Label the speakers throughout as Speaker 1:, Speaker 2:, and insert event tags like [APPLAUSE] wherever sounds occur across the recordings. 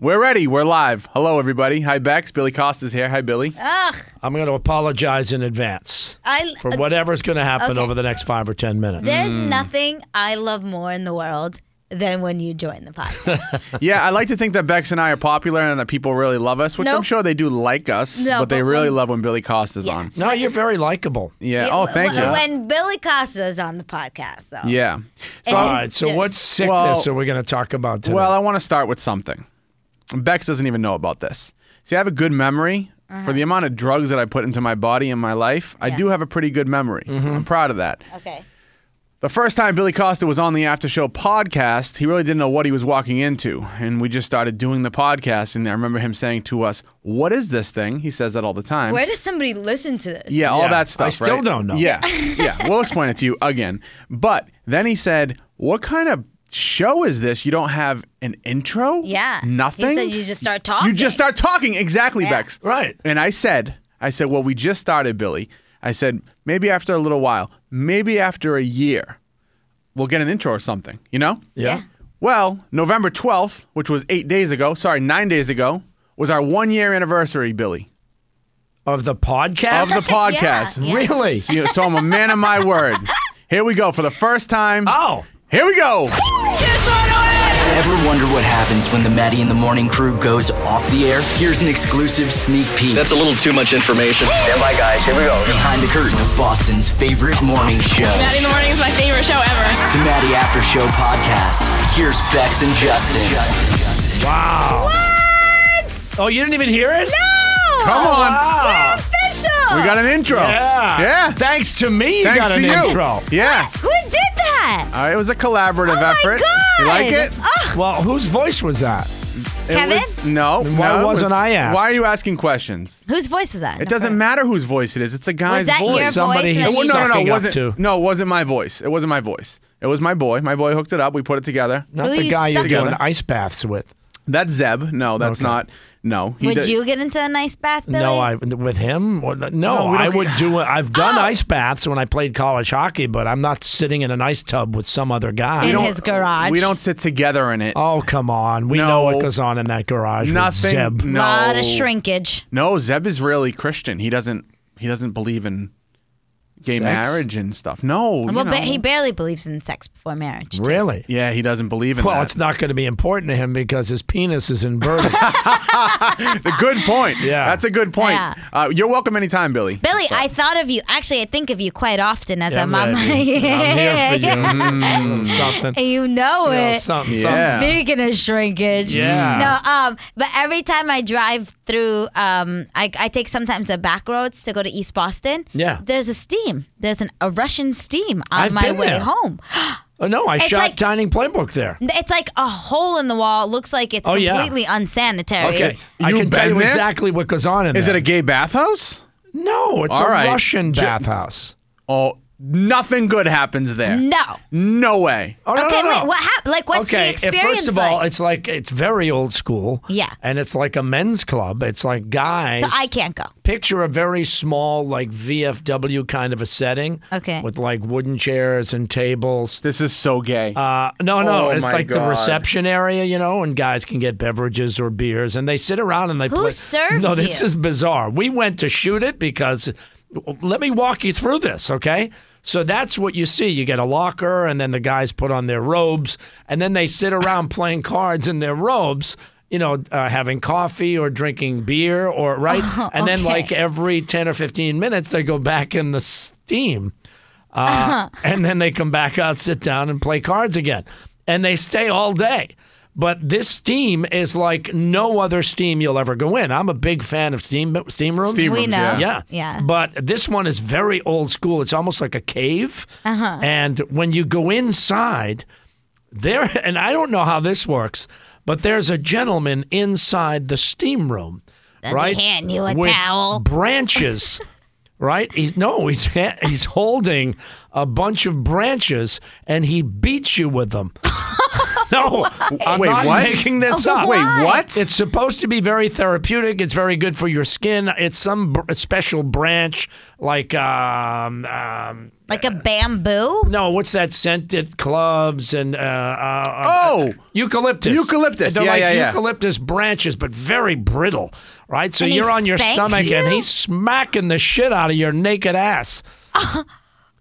Speaker 1: We're ready. We're live. Hello, everybody. Hi, Bex. Billy Costa's here. Hi,
Speaker 2: [LAUGHS]
Speaker 1: Billy.
Speaker 2: Ugh,
Speaker 3: I'm going to apologize in advance
Speaker 2: I
Speaker 3: for whatever's going to happen
Speaker 2: Okay.
Speaker 3: over the next five or ten minutes.
Speaker 2: there's
Speaker 1: Mm.
Speaker 2: nothing I love more in the world than when you join the podcast.
Speaker 1: Yeah, I like to think that Bex and I are popular and that people really love us, which I'm
Speaker 2: Nope.
Speaker 1: sure they do like us,
Speaker 2: No,
Speaker 1: but they
Speaker 2: but
Speaker 1: really
Speaker 2: when-
Speaker 1: love when Billy Costa's
Speaker 2: Yeah.
Speaker 1: on.
Speaker 3: No, you're very likable.
Speaker 1: Yeah. [LAUGHS] Oh,
Speaker 2: Wh-
Speaker 1: thank
Speaker 2: wh-
Speaker 1: you.
Speaker 2: When Billy Costa is on the podcast, though.
Speaker 1: Yeah.
Speaker 2: It
Speaker 3: All
Speaker 2: is
Speaker 3: right. So
Speaker 2: just-
Speaker 3: what sickness
Speaker 1: Well-
Speaker 3: are we going to talk about today?
Speaker 1: Well, uh, I want to start with something. Bex doesn't even know about this. See, I have a good memory.
Speaker 2: Uh-huh.
Speaker 1: For the amount of drugs that I put into my body in my life, I do have a pretty good memory.
Speaker 2: Mm-hmm.
Speaker 1: I'm proud of that.
Speaker 2: Okay.
Speaker 1: The first time Billy Costa was on the After Show podcast, he really didn't know what he was walking into. And we just started doing the podcast. And I remember him saying to us, What is this thing? He says that all the time.
Speaker 2: Where does somebody listen to this?
Speaker 1: Yeah, all
Speaker 3: Yeah,
Speaker 1: that stuff.
Speaker 3: I still
Speaker 1: right?
Speaker 3: don't know.
Speaker 1: Yeah, yeah.
Speaker 3: [LAUGHS]
Speaker 1: We'll explain it to you again. But then he said, "What kind of show is this? You don't have an intro?
Speaker 2: Yeah. He
Speaker 1: nothing.
Speaker 2: said you just start
Speaker 1: You just start
Speaker 2: talking."
Speaker 1: talking. Exactly, Bex.
Speaker 3: Right.
Speaker 1: And I said, I said, well, we just started, Billy. I said maybe after a little while, maybe after a year, we'll get an intro or something. You know?
Speaker 3: yeah.
Speaker 1: Well, November twelfth, which was eight days ago. Sorry, nine days ago. Was our one year anniversary, Billy,
Speaker 3: Of the podcast?
Speaker 1: of the
Speaker 3: [LAUGHS]
Speaker 1: podcast. [LAUGHS]
Speaker 2: Yeah.
Speaker 3: Really?
Speaker 1: So, you- so I'm a man of my word. Here we go for the first time.
Speaker 3: Oh.
Speaker 1: Here we go.
Speaker 4: Ever wonder what happens when the Maddie in the Morning crew goes off the air? Here's an exclusive sneak peek.
Speaker 5: That's a little too much information. Stand by, guys. Here we go.
Speaker 4: behind the curtain of Boston's favorite morning show,
Speaker 6: Maddie in the Morning is my favorite show ever.
Speaker 4: the Maddie After Show podcast. Here's Bex and Justin.
Speaker 3: Wow. Oh, you didn't even hear it?
Speaker 1: Come on.
Speaker 3: Wow.
Speaker 2: Official.
Speaker 1: We got an intro.
Speaker 3: Yeah.
Speaker 1: Yeah.
Speaker 3: Thanks to me, you
Speaker 1: Thanks
Speaker 3: got
Speaker 1: to
Speaker 3: an
Speaker 1: you.
Speaker 3: intro.
Speaker 1: Yeah.
Speaker 2: Who did that?
Speaker 1: All right, it was a collaborative
Speaker 2: Oh my
Speaker 1: effort. You like it?
Speaker 2: God. Oh, Ugh.
Speaker 3: Well, whose voice was that?
Speaker 1: It
Speaker 2: Kevin?
Speaker 1: was- no.
Speaker 3: Then why
Speaker 1: no, it
Speaker 3: wasn't
Speaker 1: was-
Speaker 3: I asked?
Speaker 1: Why are you asking questions?
Speaker 2: Whose voice was that?
Speaker 1: It doesn't matter whose voice it is. It's a guy's
Speaker 2: that your
Speaker 1: voice.
Speaker 2: voice?
Speaker 3: Somebody
Speaker 2: that
Speaker 3: he's
Speaker 2: you-
Speaker 1: Well, no, no, no.
Speaker 3: sucking
Speaker 1: It
Speaker 3: up
Speaker 1: wasn't,
Speaker 3: to.
Speaker 1: no, it wasn't my voice. It wasn't my voice. It was my boy. My boy hooked it up. We put it together.
Speaker 3: Not
Speaker 2: Will
Speaker 3: the
Speaker 2: you
Speaker 3: guy you're
Speaker 2: suck-
Speaker 3: doing
Speaker 1: Together.
Speaker 3: ice baths with.
Speaker 1: That's Zeb. No, that's
Speaker 3: Okay.
Speaker 1: not. No. He
Speaker 2: Would
Speaker 1: did-
Speaker 2: you get into a nice bath, Billy?
Speaker 3: No, I with him. Or, no,
Speaker 1: we don't- Oh.
Speaker 3: I would do it. I've done ice baths when I played college hockey, but I'm not sitting in an ice tub with some other guy.
Speaker 2: In
Speaker 1: don't-
Speaker 2: his garage.
Speaker 1: We don't sit together in it.
Speaker 3: oh come on, we
Speaker 1: No.
Speaker 3: know what goes on in that garage. with
Speaker 1: Nothing.
Speaker 3: Zeb.
Speaker 1: No.
Speaker 2: lot of shrinkage.
Speaker 1: No, Zeb is really Christian. He doesn't he doesn't believe in gay
Speaker 3: Sex?
Speaker 1: marriage and stuff. No, you
Speaker 2: Well, ba-
Speaker 1: know.
Speaker 2: he barely believes in sex before marriage. too.
Speaker 3: Really?
Speaker 1: yeah, he doesn't believe in
Speaker 3: Well,
Speaker 1: that.
Speaker 3: it's not going to be important to him because his penis
Speaker 1: [LAUGHS]
Speaker 3: is inverted.
Speaker 1: a good point.
Speaker 3: [LAUGHS] Yeah.
Speaker 1: that's a good point.
Speaker 2: Yeah.
Speaker 1: Uh, you're welcome anytime, Billy.
Speaker 2: Billy, I thought of you. Actually, I think of you quite often as
Speaker 3: Yeah,
Speaker 2: a mama.
Speaker 3: Maddie. I'm
Speaker 2: [LAUGHS]
Speaker 3: here for you.
Speaker 1: [LAUGHS]
Speaker 3: Mm, something.
Speaker 2: And you know
Speaker 3: You know,
Speaker 2: it.
Speaker 3: something.
Speaker 1: Hmm. Yeah.
Speaker 2: Speaking of shrinkage.
Speaker 3: Yeah.
Speaker 2: No, um, but every time I drive through, um, I, I take sometimes the back roads to go to East Boston.
Speaker 3: Yeah.
Speaker 2: There's a steam. There's an, a Russian steam on
Speaker 3: I've
Speaker 2: my
Speaker 3: been
Speaker 2: way
Speaker 3: there.
Speaker 2: home. [GASPS]
Speaker 3: Oh, no, I
Speaker 2: It's
Speaker 3: shot
Speaker 2: like-
Speaker 3: Dining Playbook there.
Speaker 2: It's like a hole in the wall. Looks like it's
Speaker 3: Oh, yeah.
Speaker 2: completely unsanitary.
Speaker 3: Okay. I
Speaker 1: You
Speaker 3: can tell
Speaker 1: been
Speaker 3: you
Speaker 1: there?
Speaker 3: exactly what goes on in
Speaker 1: Is
Speaker 3: there.
Speaker 1: it a gay bathhouse?
Speaker 3: No, it's
Speaker 1: All
Speaker 3: a
Speaker 1: right.
Speaker 3: Russian
Speaker 1: Ju-
Speaker 3: bathhouse.
Speaker 1: Oh, nothing good happens there.
Speaker 2: No.
Speaker 1: no way.
Speaker 3: Oh, no,
Speaker 2: okay,
Speaker 3: no, no.
Speaker 2: wait, what happened? Like, what's the
Speaker 3: okay, if-
Speaker 2: experience
Speaker 3: first of all,
Speaker 2: like?
Speaker 3: it's like it's very old school.
Speaker 2: Yeah.
Speaker 3: And it's like a men's club. It's like guys.
Speaker 2: so I can't go.
Speaker 3: picture a very small like VFW kind of a setting.
Speaker 2: Okay.
Speaker 3: With like wooden chairs and tables.
Speaker 1: This is so gay.
Speaker 3: Uh, no, no,
Speaker 1: Oh,
Speaker 3: it's
Speaker 1: my
Speaker 3: like the
Speaker 1: God.
Speaker 3: reception area, you know, and guys can get beverages or beers, and they sit around and they
Speaker 2: Who
Speaker 3: play.
Speaker 2: serves
Speaker 3: No, this
Speaker 2: you?
Speaker 3: is bizarre. We went to shoot it because. Let me walk you through this, okay? So that's what you see. You get a locker, and then the guys put on their robes, and then they sit around playing cards in their robes. You know, uh, having coffee or drinking beer, or right, and then
Speaker 2: Uh-huh, okay.
Speaker 3: like every ten or fifteen minutes, they go back in the steam [LAUGHS] and then they come back out, sit down, and play cards again. And they stay all day. But this steam is like no other steam you'll ever go in. I'm a big fan of steam steam rooms.
Speaker 1: Steam
Speaker 2: we
Speaker 1: rooms,
Speaker 2: know.
Speaker 1: yeah.
Speaker 3: Yeah.
Speaker 2: Yeah.
Speaker 3: But this one is very old school. It's almost like a cave.
Speaker 2: Uh-huh.
Speaker 3: [LAUGHS] And when you go inside, there, and I don't know how this works, But there's a gentleman inside the steam room,
Speaker 2: Let me
Speaker 3: right?
Speaker 2: hand you a
Speaker 3: with
Speaker 2: towel. [LAUGHS]
Speaker 3: Branches, right? He's no, he's [LAUGHS] ha- he's holding a bunch of branches, and he beats you with them. [LAUGHS] no, I'm
Speaker 1: Wait,
Speaker 3: not
Speaker 1: what? Oh,
Speaker 3: making this up.
Speaker 1: Wait, what?
Speaker 3: It's supposed to be very therapeutic. It's very good for your skin. It's some br- special branch, like um, um,
Speaker 2: Like a bamboo?
Speaker 3: no, what's that scented clubs and uh, uh,
Speaker 1: Oh!
Speaker 3: uh, eucalyptus,
Speaker 1: Eucalyptus.
Speaker 3: They're
Speaker 1: Yeah,
Speaker 3: like
Speaker 1: yeah, yeah.
Speaker 3: eucalyptus branches, but very brittle, right? So
Speaker 2: And he
Speaker 3: you're on your
Speaker 2: spanks
Speaker 3: stomach
Speaker 2: you?
Speaker 3: and he's smacking the shit out of your naked ass.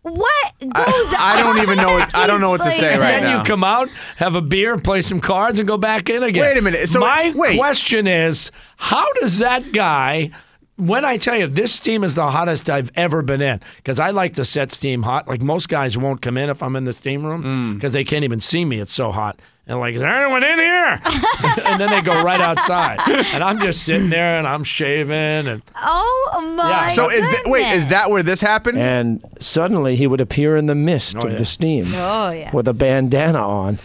Speaker 2: What goes
Speaker 1: I don't even know. What, I don't know what to say
Speaker 2: Explain
Speaker 1: right
Speaker 2: that.
Speaker 3: then
Speaker 1: now.
Speaker 3: you come out, have a beer, play some cards, and go back in again.
Speaker 1: Wait a minute. So,
Speaker 3: my
Speaker 1: wait.
Speaker 3: question is, how does that guy? When I tell you this steam is the hottest I've ever been in, because I like to set steam hot. Like most guys won't come in if I'm in the steam room
Speaker 1: Mm.
Speaker 3: because they can't even see me. It's so hot. And like, is there anyone in here? [LAUGHS] and then they go right outside. And I'm just sitting there and I'm shaving and
Speaker 2: Oh my
Speaker 3: Yeah.
Speaker 1: so is that, wait, is
Speaker 2: goodness.
Speaker 1: that where this happened?
Speaker 7: And suddenly he would appear in the mist of the steam
Speaker 2: Oh yeah.
Speaker 7: with a bandana on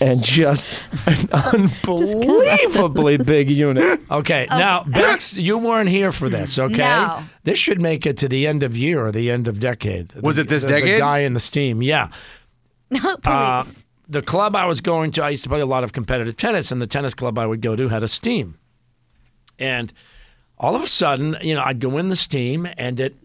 Speaker 7: and just an unbelievably big unit.
Speaker 3: Okay, now Bex, you weren't here for this. Okay,
Speaker 2: No.
Speaker 3: this should make it to the end of year or the end of decade.
Speaker 1: Was
Speaker 3: The-
Speaker 1: it this
Speaker 3: the- the
Speaker 1: decade?
Speaker 3: guy in the steam, yeah.
Speaker 2: [LAUGHS] No, please.
Speaker 3: Uh, the club I was going to, I used to play a lot of competitive tennis, and the tennis club I would go to had a steam. And all of a sudden, you know, I'd go in the steam, and it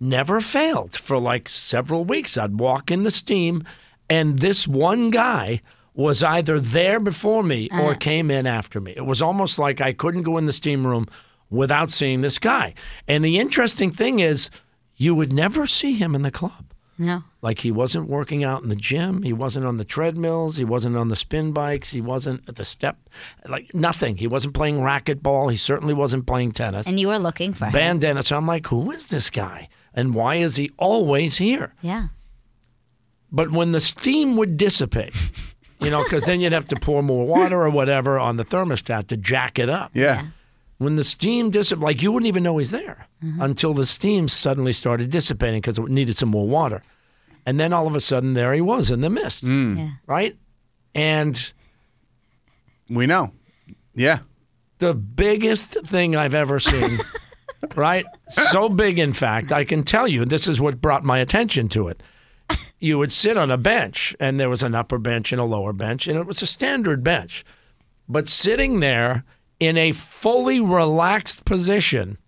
Speaker 3: never failed for like several weeks. I'd walk in the steam, and this one guy was either there before me or came in after me. It was almost like I couldn't go in the steam room without seeing this guy. And the interesting thing is, you would never see him in the club.
Speaker 2: no.
Speaker 3: Like he wasn't working out in the gym. He wasn't on the treadmills. He wasn't on the spin bikes. He wasn't at the step, like nothing. He wasn't playing racquetball. He certainly wasn't playing tennis.
Speaker 2: And you were looking for him.
Speaker 3: Bandana. So I'm like, who is this guy? And why is he always here?
Speaker 2: Yeah.
Speaker 3: But when the steam would dissipate, you know, because then you'd have to pour more water or whatever on the thermostat to jack it up.
Speaker 1: yeah.
Speaker 3: When the steam dissipated, like you wouldn't even know he's there until the steam suddenly started dissipating because it needed some more water. And then all of a sudden, there he was in the mist,
Speaker 2: Yeah.
Speaker 3: right? And
Speaker 1: We know. Yeah.
Speaker 3: the biggest thing I've ever seen, right? So big, in fact, I can tell you this is what brought my attention to it. You would sit on a bench, and there was an upper bench and a lower bench, and it was a standard bench. But sitting there in a fully relaxed position,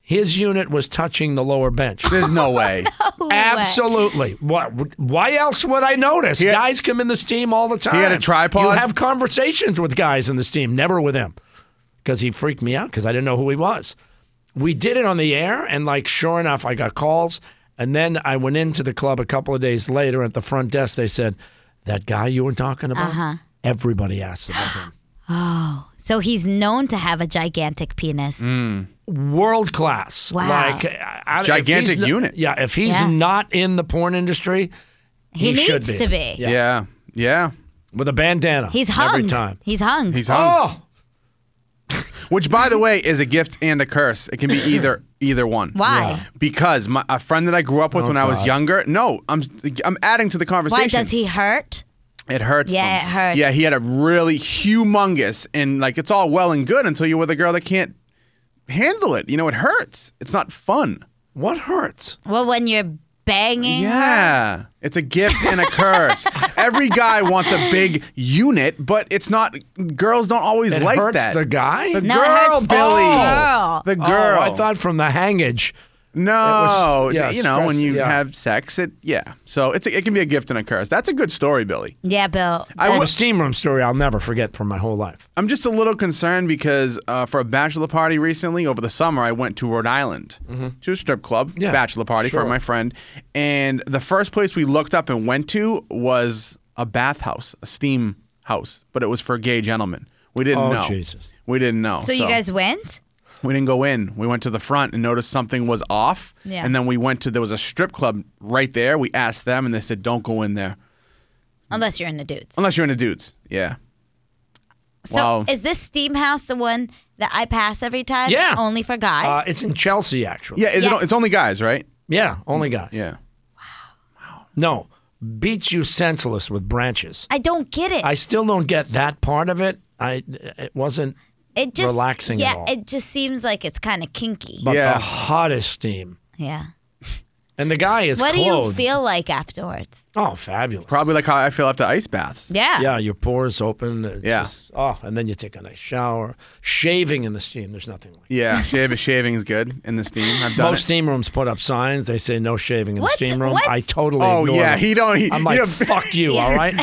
Speaker 3: his unit was touching the lower bench.
Speaker 1: There's
Speaker 2: [LAUGHS] Oh,
Speaker 1: no way.
Speaker 3: Absolutely. What? Why else would I notice?
Speaker 1: had-
Speaker 3: guys come in this team all the time.
Speaker 1: had a tripod?
Speaker 3: You have conversations with guys in this team, never with him, because he freaked me out because I didn't know who he was. We did it on the air, and like sure enough, I got calls, and then I went into the club a couple of days later. At the front desk, they said, "That guy you were talking about."
Speaker 2: Uh-huh.
Speaker 3: Everybody asked about him.
Speaker 2: [GASPS] So he's known to have a gigantic penis.
Speaker 3: Mm. world class.
Speaker 2: Wow.
Speaker 3: Like I- I- if
Speaker 1: Gigantic
Speaker 3: he's no-
Speaker 1: unit.
Speaker 3: Yeah, if he's
Speaker 2: Yeah.
Speaker 3: not in the porn industry, he,
Speaker 2: He
Speaker 3: should
Speaker 2: needs
Speaker 3: be.
Speaker 2: to be.
Speaker 3: Yeah.
Speaker 1: yeah. Yeah.
Speaker 3: with a bandana.
Speaker 2: He's hung.
Speaker 3: every time.
Speaker 2: He's hung.
Speaker 1: He's hung.
Speaker 3: Oh,
Speaker 1: Which, by the way, is a gift and a curse. It can
Speaker 3: [LAUGHS]
Speaker 1: be either either one.
Speaker 2: Why? Yeah. Oh,
Speaker 1: Because my, a friend that I grew up with when I was younger. No, I'm I'm adding to the conversation.
Speaker 2: Why does he hurt?
Speaker 1: It hurts.
Speaker 2: Yeah,
Speaker 1: them.
Speaker 2: it hurts.
Speaker 1: Yeah, he had a really humongous, and like it's all well and good until you're with a girl that can't handle it. You know, it hurts. It's not fun.
Speaker 3: what hurts?
Speaker 2: Well, when you're banging.
Speaker 1: Yeah, it's a gift and a
Speaker 2: [LAUGHS]
Speaker 1: curse. Every guy wants a big unit, but it's not. Girls don't always
Speaker 3: It
Speaker 1: like
Speaker 3: hurts
Speaker 1: that.
Speaker 3: the guy.
Speaker 1: The
Speaker 2: No, it
Speaker 1: girl,
Speaker 2: hurts the
Speaker 1: Billy.
Speaker 2: girl.
Speaker 1: The
Speaker 3: Oh,
Speaker 1: girl.
Speaker 3: I thought from the hangage.
Speaker 1: No,
Speaker 3: was- yeah,
Speaker 1: you know when
Speaker 3: stress-
Speaker 1: you
Speaker 3: yeah.
Speaker 1: have sex, it yeah. So it's it can be a gift and a curse. That's a good story, Billy.
Speaker 2: Yeah, Bill.
Speaker 1: I
Speaker 3: Oh,
Speaker 1: wa-
Speaker 3: the steam room story I'll never forget for my whole life.
Speaker 1: I'm just a little concerned because uh, for a bachelor party recently over the summer, I went to Rhode Island to a strip club
Speaker 3: Mm-hmm. Yeah,
Speaker 1: bachelor party for my friend, and the first place we looked up and went to was a bathhouse, a steam house, but it was for gay gentlemen. We didn't
Speaker 3: Oh,
Speaker 1: know.
Speaker 3: Jesus.
Speaker 1: We didn't know.
Speaker 2: so you guys went?
Speaker 1: We didn't go in. We went to the front and noticed something was off.
Speaker 2: Yeah.
Speaker 1: And then we went to there was a strip club right there. We asked them and they said, "Don't go in there
Speaker 2: Unless you're in the dudes.
Speaker 1: unless you're into dudes." Yeah.
Speaker 2: So
Speaker 1: wow.
Speaker 2: is this steam house the one that I pass every time?
Speaker 3: Yeah.
Speaker 2: Only for
Speaker 3: Uh,
Speaker 2: guys.
Speaker 3: it's in Chelsea, actually.
Speaker 1: Yeah. Is
Speaker 2: Yeah.
Speaker 1: It, it's only guys, right?
Speaker 3: Yeah, only guys.
Speaker 1: Yeah.
Speaker 3: No, beats you senseless with branches.
Speaker 2: I don't get it.
Speaker 3: I still don't get that part of it. I it wasn't
Speaker 2: it just
Speaker 3: relaxing at
Speaker 2: Yeah,
Speaker 3: all.
Speaker 2: it just seems like it's kind of kinky.
Speaker 3: but
Speaker 1: Yeah.
Speaker 3: the hottest team.
Speaker 2: yeah.
Speaker 3: And the guy is
Speaker 2: What do you
Speaker 3: clothed.
Speaker 2: feel like afterwards?
Speaker 3: Oh, fabulous.
Speaker 1: Probably like how I feel after ice baths.
Speaker 2: Yeah.
Speaker 3: Yeah, your pores open. It's
Speaker 1: Yeah.
Speaker 3: just- oh, and then you take a nice shower. Shaving in the steam, there's nothing like it.
Speaker 1: Yeah, shave, [LAUGHS] shaving is good in the steam. I've done
Speaker 3: Most
Speaker 1: it.
Speaker 3: steam rooms put up signs. They say no shaving in
Speaker 2: What's-
Speaker 3: the steam room.
Speaker 2: what's-
Speaker 3: I totally
Speaker 1: Oh
Speaker 3: ignore
Speaker 1: yeah,
Speaker 3: them.
Speaker 1: he don't. He,
Speaker 3: I'm
Speaker 1: he
Speaker 3: like,
Speaker 1: don't-
Speaker 3: fuck
Speaker 2: [LAUGHS]
Speaker 3: you, all right?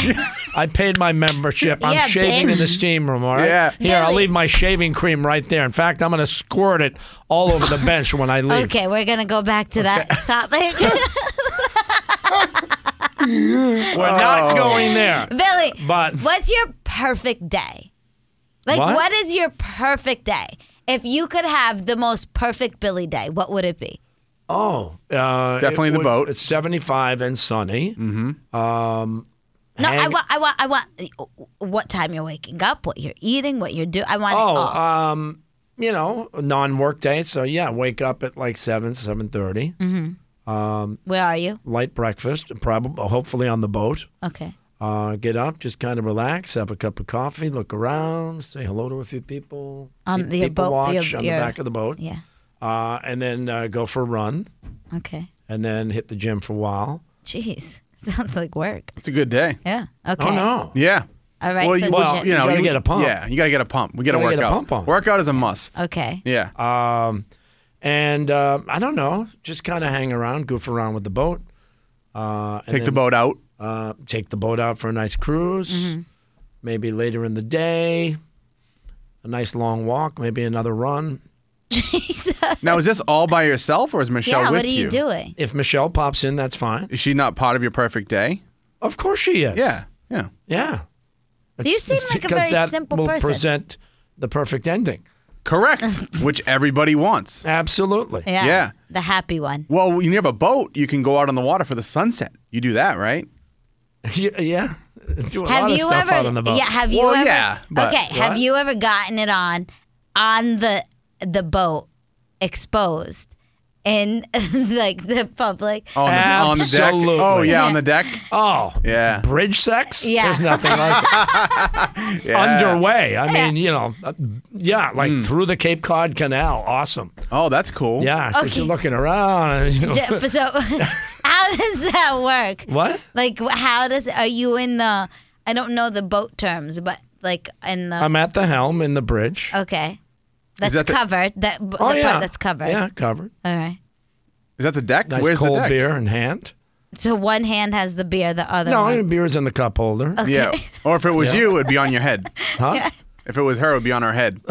Speaker 3: I paid my membership. I'm
Speaker 2: Yeah,
Speaker 3: shaving in
Speaker 2: bitch.
Speaker 3: the steam room, all right?
Speaker 1: Yeah.
Speaker 3: Here, I'll
Speaker 2: Really?
Speaker 3: leave my shaving cream right there. In fact, I'm going to squirt it all over the bench when I leave.
Speaker 2: Okay, we're gonna go back to that
Speaker 3: [LAUGHS]
Speaker 2: topic. [LAUGHS]
Speaker 3: We're
Speaker 1: Oh.
Speaker 3: not going there.
Speaker 2: Billy,
Speaker 3: But-
Speaker 2: what's your perfect day? Like,
Speaker 3: What?
Speaker 2: what is your perfect day? If you could have the most perfect Billy day, what would it be?
Speaker 3: Oh, uh,
Speaker 1: Definitely
Speaker 3: it
Speaker 1: the boat. Mm.
Speaker 3: It's 75 and sunny.
Speaker 2: No, I
Speaker 3: Hang-
Speaker 2: want, I want, I want. What time you're waking up? What you're eating? What you're doing? I want
Speaker 3: Oh,
Speaker 2: it all.
Speaker 3: um, you know, non-work day. So yeah, wake up at like seven, seven thirty.
Speaker 2: Mm-hmm. Where are you?
Speaker 3: Light breakfast, probably, hopefully on the boat.
Speaker 2: Okay.
Speaker 3: Uh, get up, just kind of relax, have a cup of coffee, look around, say hello to a few people.
Speaker 2: On
Speaker 3: pe-
Speaker 2: the
Speaker 3: people
Speaker 2: boat-
Speaker 3: watch
Speaker 2: your-
Speaker 3: on
Speaker 2: your-
Speaker 3: the back of the boat,
Speaker 2: Yeah.
Speaker 3: uh, and then uh, go for a run,
Speaker 2: Okay.
Speaker 3: and then hit the gym for a while.
Speaker 2: Jeez, [LAUGHS] sounds like work.
Speaker 1: It's a good day.
Speaker 2: Yeah. Okay.
Speaker 3: Oh no,
Speaker 1: Yeah.
Speaker 2: All right.
Speaker 1: Well,
Speaker 2: so
Speaker 1: you-
Speaker 3: well,
Speaker 2: you-
Speaker 1: You know,
Speaker 3: gotta get a pump.
Speaker 1: Yeah, you gotta get a pump. We gotta,
Speaker 3: Gotta
Speaker 1: work
Speaker 3: get a
Speaker 1: out.
Speaker 3: pump on.
Speaker 1: Workout is a must.
Speaker 2: okay.
Speaker 1: Yeah.
Speaker 3: Um, and uh, I don't know, just kind of hang around, goof around with the boat. Uh, and
Speaker 1: Take the
Speaker 3: then-
Speaker 1: boat
Speaker 2: [LAUGHS]
Speaker 1: out.
Speaker 3: uh, take the boat out for a nice cruise,
Speaker 2: Mm-hmm.
Speaker 3: maybe later in the day, a nice long walk, maybe another run.
Speaker 1: Now, is this all by yourself, or is Michelle
Speaker 2: yeah.
Speaker 1: with
Speaker 2: What are you, doing?
Speaker 3: If Michelle pops in, that's fine.
Speaker 1: Is she not part of your perfect day?
Speaker 3: Of course she is.
Speaker 1: Yeah. Yeah.
Speaker 3: Yeah.
Speaker 2: You
Speaker 3: It's- [LAUGHS]
Speaker 2: seem
Speaker 3: it's
Speaker 2: like a
Speaker 3: because
Speaker 2: very
Speaker 3: that
Speaker 2: simple
Speaker 3: will
Speaker 2: person.
Speaker 3: present the perfect ending.
Speaker 2: [LAUGHS]
Speaker 1: Correct. Which everybody wants.
Speaker 3: Absolutely.
Speaker 2: Yeah.
Speaker 1: Yeah.
Speaker 2: The happy one.
Speaker 1: Well, when you have a boat, you can go out on the water for the sunset. You do that, right?
Speaker 3: [LAUGHS] Yeah. yeah. Do a
Speaker 2: Have
Speaker 3: lot of
Speaker 2: you
Speaker 3: stuff
Speaker 2: ever?
Speaker 3: out on the boat.
Speaker 2: Yeah. Have you
Speaker 1: Well,
Speaker 2: ever?
Speaker 1: yeah, but-
Speaker 2: okay. Have
Speaker 3: What?
Speaker 2: you ever gotten it on, on the the boat, exposed, in [LAUGHS] like the public?
Speaker 3: Oh.
Speaker 1: On the, on the deck.
Speaker 3: Absolutely.
Speaker 1: Oh yeah, on the deck.
Speaker 3: Oh.
Speaker 1: Yeah.
Speaker 3: Bridge sex?
Speaker 2: Yeah.
Speaker 3: There's nothing like it.
Speaker 1: [LAUGHS] Yeah.
Speaker 3: [LAUGHS] underway. I mean, you know, uh, yeah, like
Speaker 1: Hmm.
Speaker 3: through the Cape Cod Canal. Awesome.
Speaker 1: Oh, that's cool.
Speaker 3: Yeah, 'cause
Speaker 2: Okay.
Speaker 3: you're looking around. [LAUGHS] and, you know.
Speaker 2: Ju- so, how does that work?
Speaker 3: What?
Speaker 2: Like, wh- how does? Are you in the? I don't know the boat terms, but like in the.
Speaker 3: I'm at the helm in the bridge.
Speaker 2: okay. That's
Speaker 1: that the-
Speaker 2: covered. That b-
Speaker 3: oh
Speaker 2: Oh, the
Speaker 3: yeah,
Speaker 2: part that's covered.
Speaker 3: Yeah, covered.
Speaker 2: All right.
Speaker 1: Is that the deck?
Speaker 3: Nice
Speaker 1: Where's
Speaker 3: cold
Speaker 1: the deck?
Speaker 3: beer in hand.
Speaker 2: So one hand has the beer, the other
Speaker 3: No,
Speaker 2: one.
Speaker 3: beer's in the cup holder.
Speaker 1: Yeah. Or if it was
Speaker 3: Yeah.
Speaker 1: you, it'd be on your
Speaker 2: [LAUGHS]
Speaker 1: head.
Speaker 3: Huh?
Speaker 1: If it was her, it'd be on her head.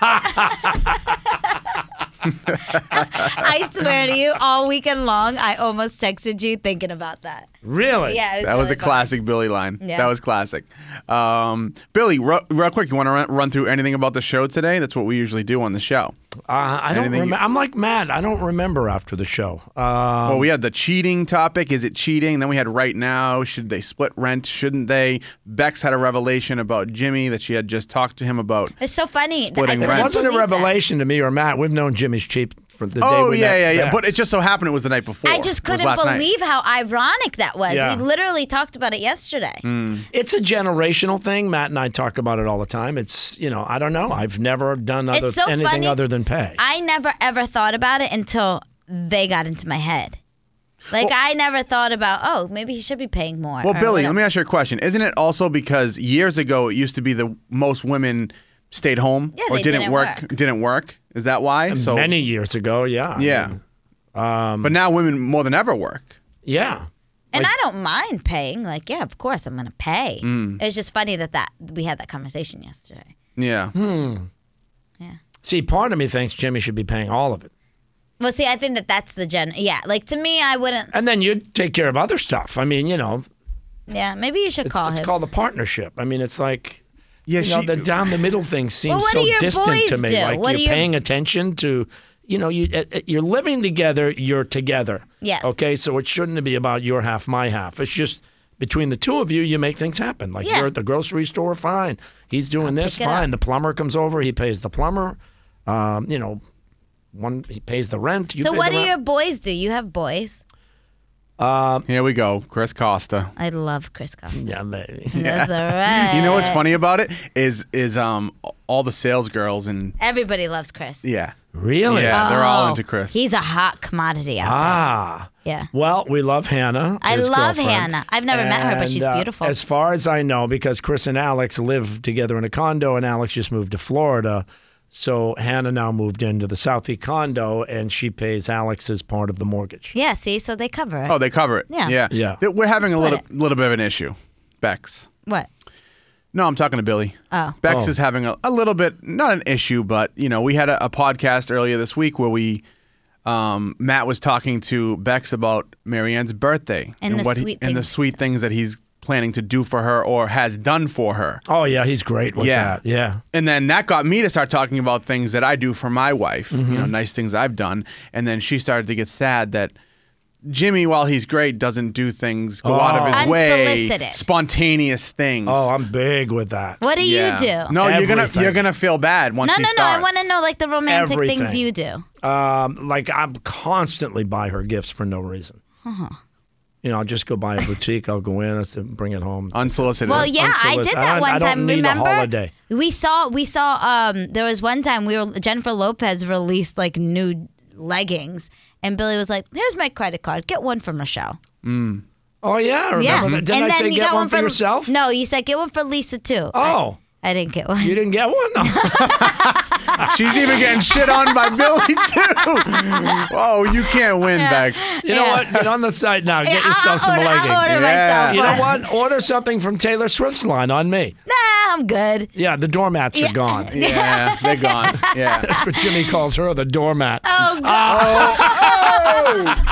Speaker 2: I swear to you, all weekend long, I almost texted you thinking about that.
Speaker 3: Really?
Speaker 2: Yeah, it was
Speaker 1: That was
Speaker 2: really
Speaker 1: a classic Billy line.
Speaker 2: Yeah.
Speaker 1: That was classic. Um, Billy, real, real quick, you want to run, run through anything about the show today? That's what we usually do on the show.
Speaker 3: Uh, I don't
Speaker 1: Anything you-
Speaker 3: remember. I'm like Matt. I don't remember after the show. Uh,
Speaker 2: Um,
Speaker 1: well, we had the cheating topic. Is it cheating? Then we had right now. Should they split rent? Shouldn't they? Bex had a revelation about Jimmy that she had just talked to him about.
Speaker 2: It's so funny.
Speaker 1: Splitting
Speaker 2: I couldn't
Speaker 1: rent.
Speaker 3: it wasn't a
Speaker 2: believe that.
Speaker 3: revelation to me or Matt. We've known Jimmy's cheap from the day
Speaker 1: Oh
Speaker 3: we
Speaker 1: yeah,
Speaker 3: met
Speaker 1: yeah, yeah.
Speaker 3: Matt.
Speaker 1: But it just so happened it was the night before.
Speaker 2: I just
Speaker 1: It was
Speaker 2: couldn't
Speaker 1: last night.
Speaker 2: believe how ironic that was.
Speaker 3: Yeah.
Speaker 2: We literally talked about it yesterday.
Speaker 1: Mm.
Speaker 3: it's a generational thing. Matt and I talk about it all the time. It's you know I don't know. I've never done other
Speaker 2: It's so
Speaker 3: anything
Speaker 2: funny.
Speaker 3: other than pay.
Speaker 2: I never ever thought about it until they got into my head. Like I never thought about, oh, maybe he should be paying more.
Speaker 1: Well,
Speaker 2: or
Speaker 1: Billy,
Speaker 2: whatever.
Speaker 1: let me ask you a question. Isn't it also because years ago it used to be the most women stayed home
Speaker 2: Yeah,
Speaker 1: or
Speaker 2: they
Speaker 1: didn't,
Speaker 2: didn't
Speaker 1: work,
Speaker 2: work.
Speaker 1: didn't work? Is that why? So
Speaker 3: Many um, years ago, yeah.
Speaker 1: yeah. but now women more than ever work.
Speaker 3: yeah.
Speaker 2: And I don't mind paying. Like, yeah, of course I'm gonna pay.
Speaker 1: Mm.
Speaker 2: It's just funny that that we had that conversation yesterday.
Speaker 1: Yeah.
Speaker 3: Hmm. See, part of me thinks Jimmy should be paying all of it.
Speaker 2: Well, see, I think that that's the gen. Yeah, like to me, I wouldn't.
Speaker 3: And then you'd take care of other stuff. I mean, you know,
Speaker 2: Yeah, maybe you should
Speaker 3: it's,
Speaker 2: call
Speaker 3: it's
Speaker 2: him.
Speaker 3: called a partnership. I mean, it's like,
Speaker 1: Yeah,
Speaker 3: you know,
Speaker 1: she-
Speaker 3: the down the middle thing seems
Speaker 2: what do
Speaker 3: so
Speaker 2: your
Speaker 3: distant to
Speaker 2: boys
Speaker 3: me.
Speaker 2: do?
Speaker 3: Like
Speaker 2: What do
Speaker 3: you're
Speaker 2: your-
Speaker 3: paying attention to, you know, you uh, uh, you're living together. You're together.
Speaker 2: Yes.
Speaker 3: Okay, so it shouldn't be about your half, my half. It's just between the two of you, you make things happen. Like
Speaker 2: Yeah.
Speaker 3: you're at the grocery store, fine. He's doing this,
Speaker 2: pick it
Speaker 3: fine.
Speaker 2: up.
Speaker 3: The plumber comes over, he pays the plumber. Um, you know, one he pays the rent. You
Speaker 2: so
Speaker 3: pay
Speaker 2: what
Speaker 3: the
Speaker 2: do
Speaker 3: rent.
Speaker 2: your boys do? You have boys.
Speaker 1: Here we go, Chris Costa.
Speaker 2: I love Chris Costa.
Speaker 3: Yeah, baby.
Speaker 2: That's all
Speaker 1: [LAUGHS]
Speaker 2: right.
Speaker 1: You know what's funny about it is is um all the sales girls and
Speaker 2: Everybody loves Chris.
Speaker 1: yeah
Speaker 3: [LAUGHS] Really?
Speaker 1: yeah they're all
Speaker 2: Oh,
Speaker 1: into Chris.
Speaker 2: He's a hot commodity out
Speaker 3: Ah.
Speaker 2: there. Yeah.
Speaker 3: Well, we love Hannah.
Speaker 2: I
Speaker 3: his
Speaker 2: love
Speaker 3: girlfriend.
Speaker 2: Hannah. I've never met her, but she's
Speaker 3: And, uh,
Speaker 2: beautiful.
Speaker 3: as far as I know, because Chris and Alex live together in a condo, and Alex just moved to Florida. So Hannah now moved into the Southie condo, and she pays Alex as part of the mortgage.
Speaker 2: Yeah, see, so they cover it.
Speaker 1: oh, they cover it.
Speaker 2: Yeah.
Speaker 1: yeah,
Speaker 3: Yeah.
Speaker 1: Th- We're having a
Speaker 2: Split
Speaker 1: little little bit of an issue, Bex.
Speaker 2: What?
Speaker 1: No, I'm talking to Billy.
Speaker 2: Oh.
Speaker 1: Bex
Speaker 3: Oh.
Speaker 1: is having a, a little bit not an issue, but you know we had a, a podcast earlier this week where we. Um, Matt was talking to Bex about Marianne's birthday
Speaker 2: And the
Speaker 1: what
Speaker 2: sweet
Speaker 1: and the
Speaker 2: things.
Speaker 1: sweet things that he's planning to do for her or has done for her.
Speaker 3: Oh yeah, he's great with
Speaker 1: Yeah.
Speaker 3: that. Yeah.
Speaker 1: And then that got me to start talking about things that I do for my wife, you
Speaker 2: Mm-hmm.
Speaker 1: know, nice things I've done. And then she started to get sad that Jimmy, while he's great, doesn't do things, go out of his way,
Speaker 2: Oh. Unsolicited.
Speaker 1: spontaneous things.
Speaker 3: Oh, I'm big with that.
Speaker 2: What do
Speaker 1: Yeah.
Speaker 2: you do?
Speaker 1: No, you're gonna
Speaker 3: Everything.
Speaker 1: you're gonna feel bad once
Speaker 2: no,
Speaker 1: he
Speaker 2: no, no. I
Speaker 1: starts.
Speaker 2: want to know like the romantic things
Speaker 3: Everything.
Speaker 2: you do.
Speaker 3: Um, like I'm constantly buy her gifts for no reason.
Speaker 2: Uh-huh.
Speaker 3: You know, I'll just go buy a boutique. I'll go in, I'll s- bring it home.
Speaker 1: Unsolicited.
Speaker 2: Well, yeah, I
Speaker 3: unsolicited.
Speaker 2: did
Speaker 3: I
Speaker 2: that
Speaker 3: don't-
Speaker 2: one
Speaker 3: I don't
Speaker 2: time.
Speaker 3: need a
Speaker 2: remember?
Speaker 3: holiday.
Speaker 2: We saw, we saw. Um, there was one time we were Jennifer Lopez released like new leggings, and Billy was like, "Here's my credit card. Get one for Michelle."
Speaker 3: Oh yeah, I remember
Speaker 2: yeah,
Speaker 3: that. Didn't
Speaker 2: and
Speaker 3: I
Speaker 2: then
Speaker 3: say
Speaker 2: you
Speaker 3: get
Speaker 2: got
Speaker 3: one,
Speaker 2: one,
Speaker 3: for yourself?
Speaker 2: No, you said get one for Lisa too.
Speaker 3: Oh,
Speaker 2: I, I didn't get one. [LAUGHS]
Speaker 3: you didn't get one? No.
Speaker 1: She's even getting shit on
Speaker 2: [LAUGHS]
Speaker 1: by Billy too. oh, you can't win,
Speaker 2: [LAUGHS]
Speaker 1: Bex.
Speaker 3: You know
Speaker 2: Yeah.
Speaker 3: what? Get on the site now. Get
Speaker 2: I'll-
Speaker 3: yourself
Speaker 2: I'll
Speaker 3: some
Speaker 2: order,
Speaker 3: leggings.
Speaker 2: I'll order
Speaker 1: Yeah.
Speaker 2: myself
Speaker 3: You know
Speaker 2: one.
Speaker 3: what? Order something from Taylor Swift's line on me.
Speaker 2: Nah, I'm good.
Speaker 3: Yeah, the doormats are gone.
Speaker 1: Yeah, they're gone. Yeah.
Speaker 3: That's what Jimmy calls her, the doormat.
Speaker 2: Oh God.
Speaker 1: [LAUGHS]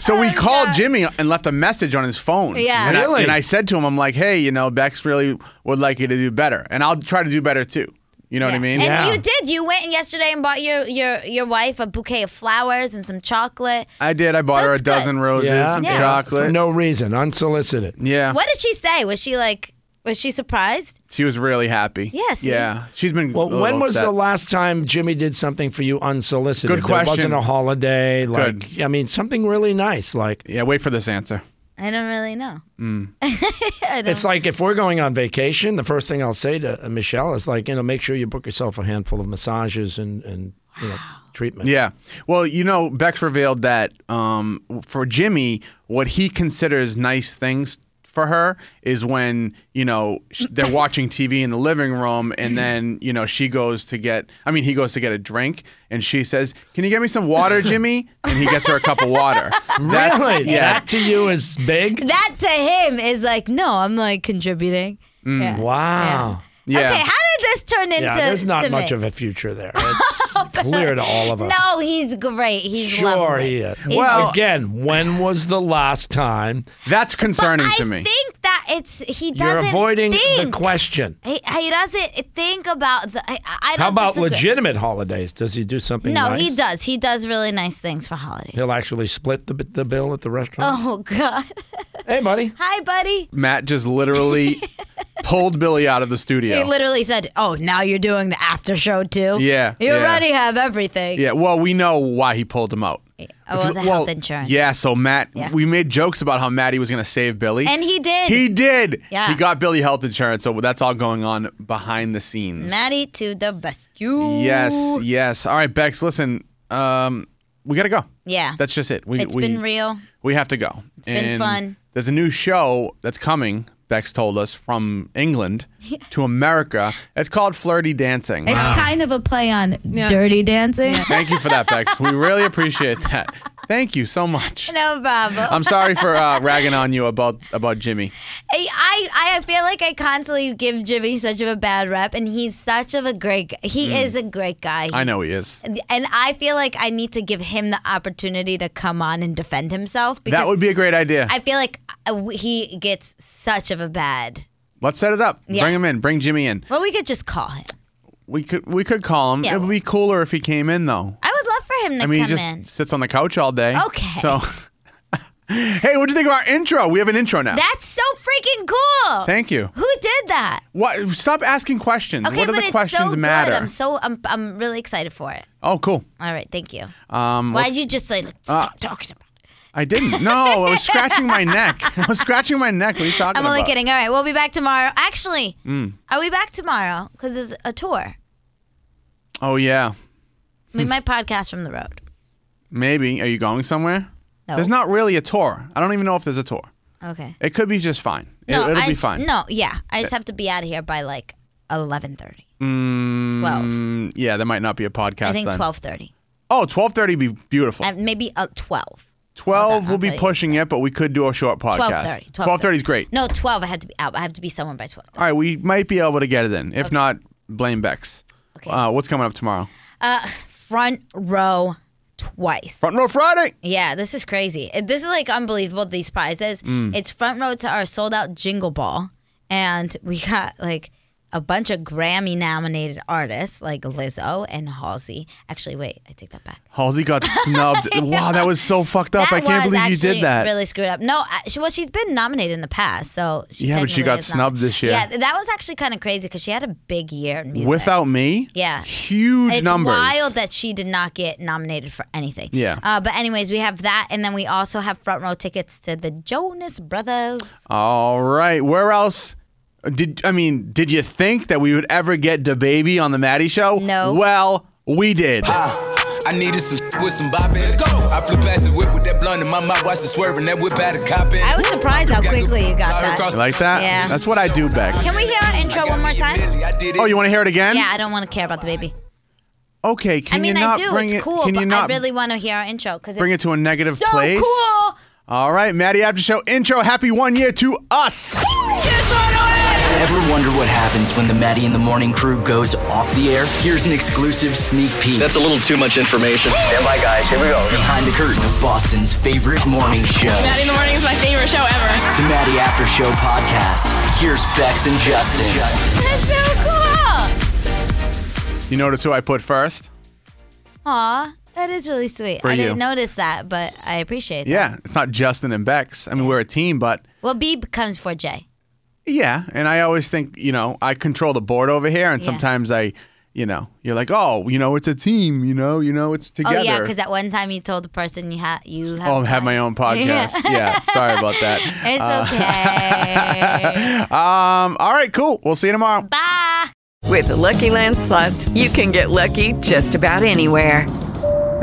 Speaker 1: So we called Jimmy and left a message on his phone.
Speaker 2: Oh, Yeah.
Speaker 1: And, I,
Speaker 3: Really?
Speaker 1: and I said to him, I'm like, hey, you know, Bex really would like you to do better. And I'll try to do better too. You know what I mean?
Speaker 2: And
Speaker 3: Yeah.
Speaker 2: you did. You went yesterday and bought your your your wife a bouquet of flowers and some chocolate.
Speaker 1: I did. I bought her a
Speaker 2: That's good.
Speaker 1: dozen roses,
Speaker 3: Yeah.
Speaker 1: some
Speaker 3: Yeah.
Speaker 1: chocolate.
Speaker 3: For no reason, unsolicited.
Speaker 1: Yeah.
Speaker 2: What did she say? Was she like? Was she surprised?
Speaker 1: She was really happy.
Speaker 2: Yeah, see?
Speaker 1: Yeah. She's been. a
Speaker 3: Well,
Speaker 1: little
Speaker 3: when was
Speaker 1: upset.
Speaker 3: the last time Jimmy did something for you unsolicited?
Speaker 1: Good
Speaker 3: There
Speaker 1: question.
Speaker 3: wasn't a holiday. Like,
Speaker 1: Good.
Speaker 3: I mean, something really nice. Like,
Speaker 1: Yeah, wait for this answer.
Speaker 2: I don't really know.
Speaker 3: it's like if we're going on vacation, the first thing I'll say to uh, Michelle is like, you know, make sure you book yourself a handful of massages and and you know, treatment.
Speaker 1: Yeah. Well, you know, Bex revealed that um, for Jimmy, what he considers nice things for her is when, you know, sh-
Speaker 2: [COUGHS]
Speaker 1: they're watching TV in the living room and then, you know, she goes to get, I mean, he goes to get a drink and she says, Can you get me some
Speaker 2: [LAUGHS]
Speaker 1: water, Jimmy? And he gets her a cup of water. That's,
Speaker 3: Really?
Speaker 1: Yeah.
Speaker 3: That to you is big.
Speaker 2: That to him is like, no, I'm like contributing. Yeah.
Speaker 3: Wow.
Speaker 1: Mm, Yeah.
Speaker 2: Okay, how did this turn into?
Speaker 3: Yeah, there's not
Speaker 2: to
Speaker 3: much
Speaker 2: me?
Speaker 3: of a future
Speaker 2: [LAUGHS]
Speaker 3: there. It's clear to all of us.
Speaker 2: No, he's great. He's
Speaker 3: sure
Speaker 2: lovely.
Speaker 3: he is.
Speaker 2: He's
Speaker 1: Well-
Speaker 3: Well,
Speaker 2: just-
Speaker 3: again, when was the last time
Speaker 1: That's concerning
Speaker 2: I
Speaker 1: to me.
Speaker 2: think that it's he
Speaker 3: you're
Speaker 2: doesn't.
Speaker 3: avoiding the
Speaker 2: think.
Speaker 3: question?
Speaker 2: He, he doesn't think about the. I, I don't
Speaker 3: How about
Speaker 2: disagree.
Speaker 3: legitimate holidays? Does he do something?
Speaker 2: No,
Speaker 3: nice?
Speaker 2: he does. He does really nice things for holidays.
Speaker 3: He'll actually split the the bill at the restaurant.
Speaker 2: Oh God! [LAUGHS]
Speaker 3: Hey, buddy.
Speaker 2: Hi, buddy.
Speaker 1: Matt just literally pulled Billy out of the
Speaker 2: He
Speaker 1: studio.
Speaker 2: literally said, "Oh, now you're doing the after show too.
Speaker 1: Yeah,
Speaker 2: you
Speaker 1: yeah.
Speaker 2: already have everything.
Speaker 1: Yeah, well, we know why he pulled him out.
Speaker 2: Oh, well, the health insurance.
Speaker 1: Yeah, so Matt,
Speaker 2: Yeah.
Speaker 1: we made jokes about how Matt he was going to save Billy.
Speaker 2: And he did.
Speaker 1: He did.
Speaker 2: Yeah.
Speaker 1: He got Billy health insurance, so that's all going on behind the scenes.
Speaker 2: Maddie to the rescue.
Speaker 1: Yes, yes. All right, Bex, listen, um, we got to go.
Speaker 2: Yeah.
Speaker 1: That's just it. We,
Speaker 2: It's
Speaker 1: we,
Speaker 2: been real.
Speaker 1: We have to go. It's
Speaker 2: been fun.
Speaker 1: There's a new show that's coming, Bex told us, from
Speaker 2: [LAUGHS]
Speaker 1: England to America. It's called Flirty Dancing.
Speaker 8: It's kind of a play on dirty dancing.
Speaker 1: Thank you for that, Bex. We really appreciate that. Thank you so much.
Speaker 2: [LAUGHS] No problem.
Speaker 1: I'm sorry for uh, ragging on you about about Jimmy.
Speaker 2: I, I I feel like I constantly give Jimmy such of a bad rep, and he's such of a great. gu- He is a great guy.
Speaker 1: Mm. I know he is.
Speaker 2: and I feel like I need to give him the opportunity to come on and defend himself because
Speaker 1: That would be a great idea.
Speaker 2: I feel like uh, he gets such of a bad.
Speaker 1: Let's set it up.
Speaker 2: Yeah.
Speaker 1: Bring him in. Bring Jimmy in.
Speaker 2: Well, we could just call him.
Speaker 1: We could we could call him.
Speaker 2: Yeah.
Speaker 1: It would be cooler if he came in though.
Speaker 2: I would love for him to
Speaker 1: I mean, he
Speaker 2: come
Speaker 1: just
Speaker 2: in.
Speaker 1: sits on the couch all day.
Speaker 2: Okay.
Speaker 1: So, [LAUGHS] hey, what do you think of our intro? We have an intro now.
Speaker 2: That's so freaking cool.
Speaker 1: uh, Thank you.
Speaker 2: Who did that?
Speaker 1: What? Stop asking questions.
Speaker 2: Okay,
Speaker 1: what do
Speaker 2: but
Speaker 1: the
Speaker 2: it's
Speaker 1: questions
Speaker 2: so
Speaker 1: matter?
Speaker 2: good. I'm so I'm I'm really excited for it.
Speaker 1: oh, cool.
Speaker 2: All right, thank you.
Speaker 1: Um, Ah.
Speaker 2: Why'd you just say like, stop talking about? it?
Speaker 1: I didn't. No, I was scratching my neck. [LAUGHS] I was scratching my neck. What are you talking
Speaker 2: I'm only
Speaker 1: about?
Speaker 2: kidding. All right, we'll be back tomorrow. Actually,
Speaker 1: Mm.
Speaker 2: are we back tomorrow? Because there's a tour.
Speaker 1: Oh yeah, Hmm.
Speaker 2: We might podcast from the road.
Speaker 1: maybe. Are you going somewhere?
Speaker 2: No.
Speaker 1: There's not really a tour. I don't even know if there's a tour.
Speaker 2: Okay.
Speaker 1: It could be just fine.
Speaker 2: no,
Speaker 1: it, it'll
Speaker 2: I
Speaker 1: be
Speaker 2: just-
Speaker 1: fine.
Speaker 2: No, yeah, I just have to be out of here by like 11:30.
Speaker 1: Mm, Yeah, there might not be a podcast.
Speaker 2: I think
Speaker 1: then.
Speaker 2: 12:30.
Speaker 1: Oh, 12.30 be beautiful.
Speaker 2: And maybe uh, 12.
Speaker 1: 12 we'll be
Speaker 2: tell you.
Speaker 1: pushing it, but we could do a short podcast.
Speaker 2: 12:30. 12:30
Speaker 1: is great.
Speaker 2: No, 12 I had to be out. I have to be somewhere by 12.
Speaker 1: All right, we might be able to get it in. If not, blame Bex.
Speaker 2: Okay.
Speaker 1: Uh, what's coming up tomorrow?
Speaker 2: Uh, front row twice.
Speaker 1: Front row Friday.
Speaker 2: Yeah, this is crazy. Uh, This is like unbelievable. These prizes.
Speaker 1: Mm.
Speaker 2: It's front row to our sold out Jingle Ball, and we got like a bunch of Grammy nominated artists like Lizzo and Halsey. Actually, wait, I take that back.
Speaker 1: Halsey
Speaker 2: [LAUGHS]
Speaker 1: got snubbed. wow, that was so fucked up.
Speaker 2: That
Speaker 1: I can't
Speaker 2: was
Speaker 1: believe you
Speaker 2: actually
Speaker 1: did that.
Speaker 2: Really screwed up. No, I- she, well, she's been nominated in the past, so she
Speaker 1: Yeah, but she
Speaker 2: technically
Speaker 1: got
Speaker 2: is
Speaker 1: snubbed this year.
Speaker 2: Yeah, th- that was actually kind of crazy because she had a big year in music.
Speaker 1: Without me?
Speaker 2: yeah,
Speaker 1: Huge
Speaker 2: it's
Speaker 1: numbers.
Speaker 2: wild that she did not get nominated for anything.
Speaker 1: Yeah.
Speaker 2: Uh, but anyways, we have that, and then we also have front row tickets to the Jonas Brothers.
Speaker 1: All right. Where else? Did I mean? Did you think that we would ever get the baby on the Maddie show? No. Well, we did.
Speaker 9: I needed some with some bopping. Let's go. I flew past the whip with that blunt in my mouth, watched the swerving. That whip had a cop in.
Speaker 2: I was surprised how quickly you got
Speaker 1: You
Speaker 2: that.
Speaker 1: like that?
Speaker 2: Yeah.
Speaker 1: That's what I do, Bex.
Speaker 2: Can we hear our intro one more time?
Speaker 1: Oh, you want to hear it again?
Speaker 2: Yeah, I don't want to care about the baby.
Speaker 1: Okay. Can
Speaker 2: I mean,
Speaker 1: you not
Speaker 2: I do.
Speaker 1: bring
Speaker 2: It's
Speaker 1: it?
Speaker 2: cool,
Speaker 1: can you
Speaker 2: but I
Speaker 1: not
Speaker 2: really want to hear our intro because
Speaker 1: bring it to a negative
Speaker 2: so
Speaker 1: place?
Speaker 2: cool.
Speaker 1: All right, Maddie After Show intro. Happy one year to us.
Speaker 4: Ever wonder what happens when the Maddie in the Morning crew goes off the air? Here's an exclusive sneak peek. That's a little too much information. Stand by, guys. Here we go. Behind the curtain of Boston's favorite morning show,
Speaker 6: Maddie in the Morning is my favorite show ever.
Speaker 4: the Maddie After Show podcast. Here's Bex and Justin.
Speaker 2: That's so cool.
Speaker 1: You notice who I put first?
Speaker 2: Aw, that is really sweet.
Speaker 1: For
Speaker 2: I didn't
Speaker 1: you.
Speaker 2: notice that, but I appreciate that.
Speaker 1: Yeah, it's not Justin and Bex. I mean, we're a team, but
Speaker 2: Well, B comes before J.
Speaker 1: yeah. And I always think, you know, I control the board over here, and
Speaker 2: Yeah.
Speaker 1: sometimes I, you know, you're like, oh, you know, it's a team. You know, you know, it's together.
Speaker 2: Oh yeah, because at one time you told the person you had you have.
Speaker 1: Oh, I have my own podcast.
Speaker 2: [LAUGHS] Yeah.
Speaker 1: Yeah, sorry about that. [LAUGHS]
Speaker 2: It's
Speaker 1: okay. um, all right, cool. We'll see you tomorrow.
Speaker 2: Bye.
Speaker 10: With the Lucky Land slots, you can get lucky just about anywhere.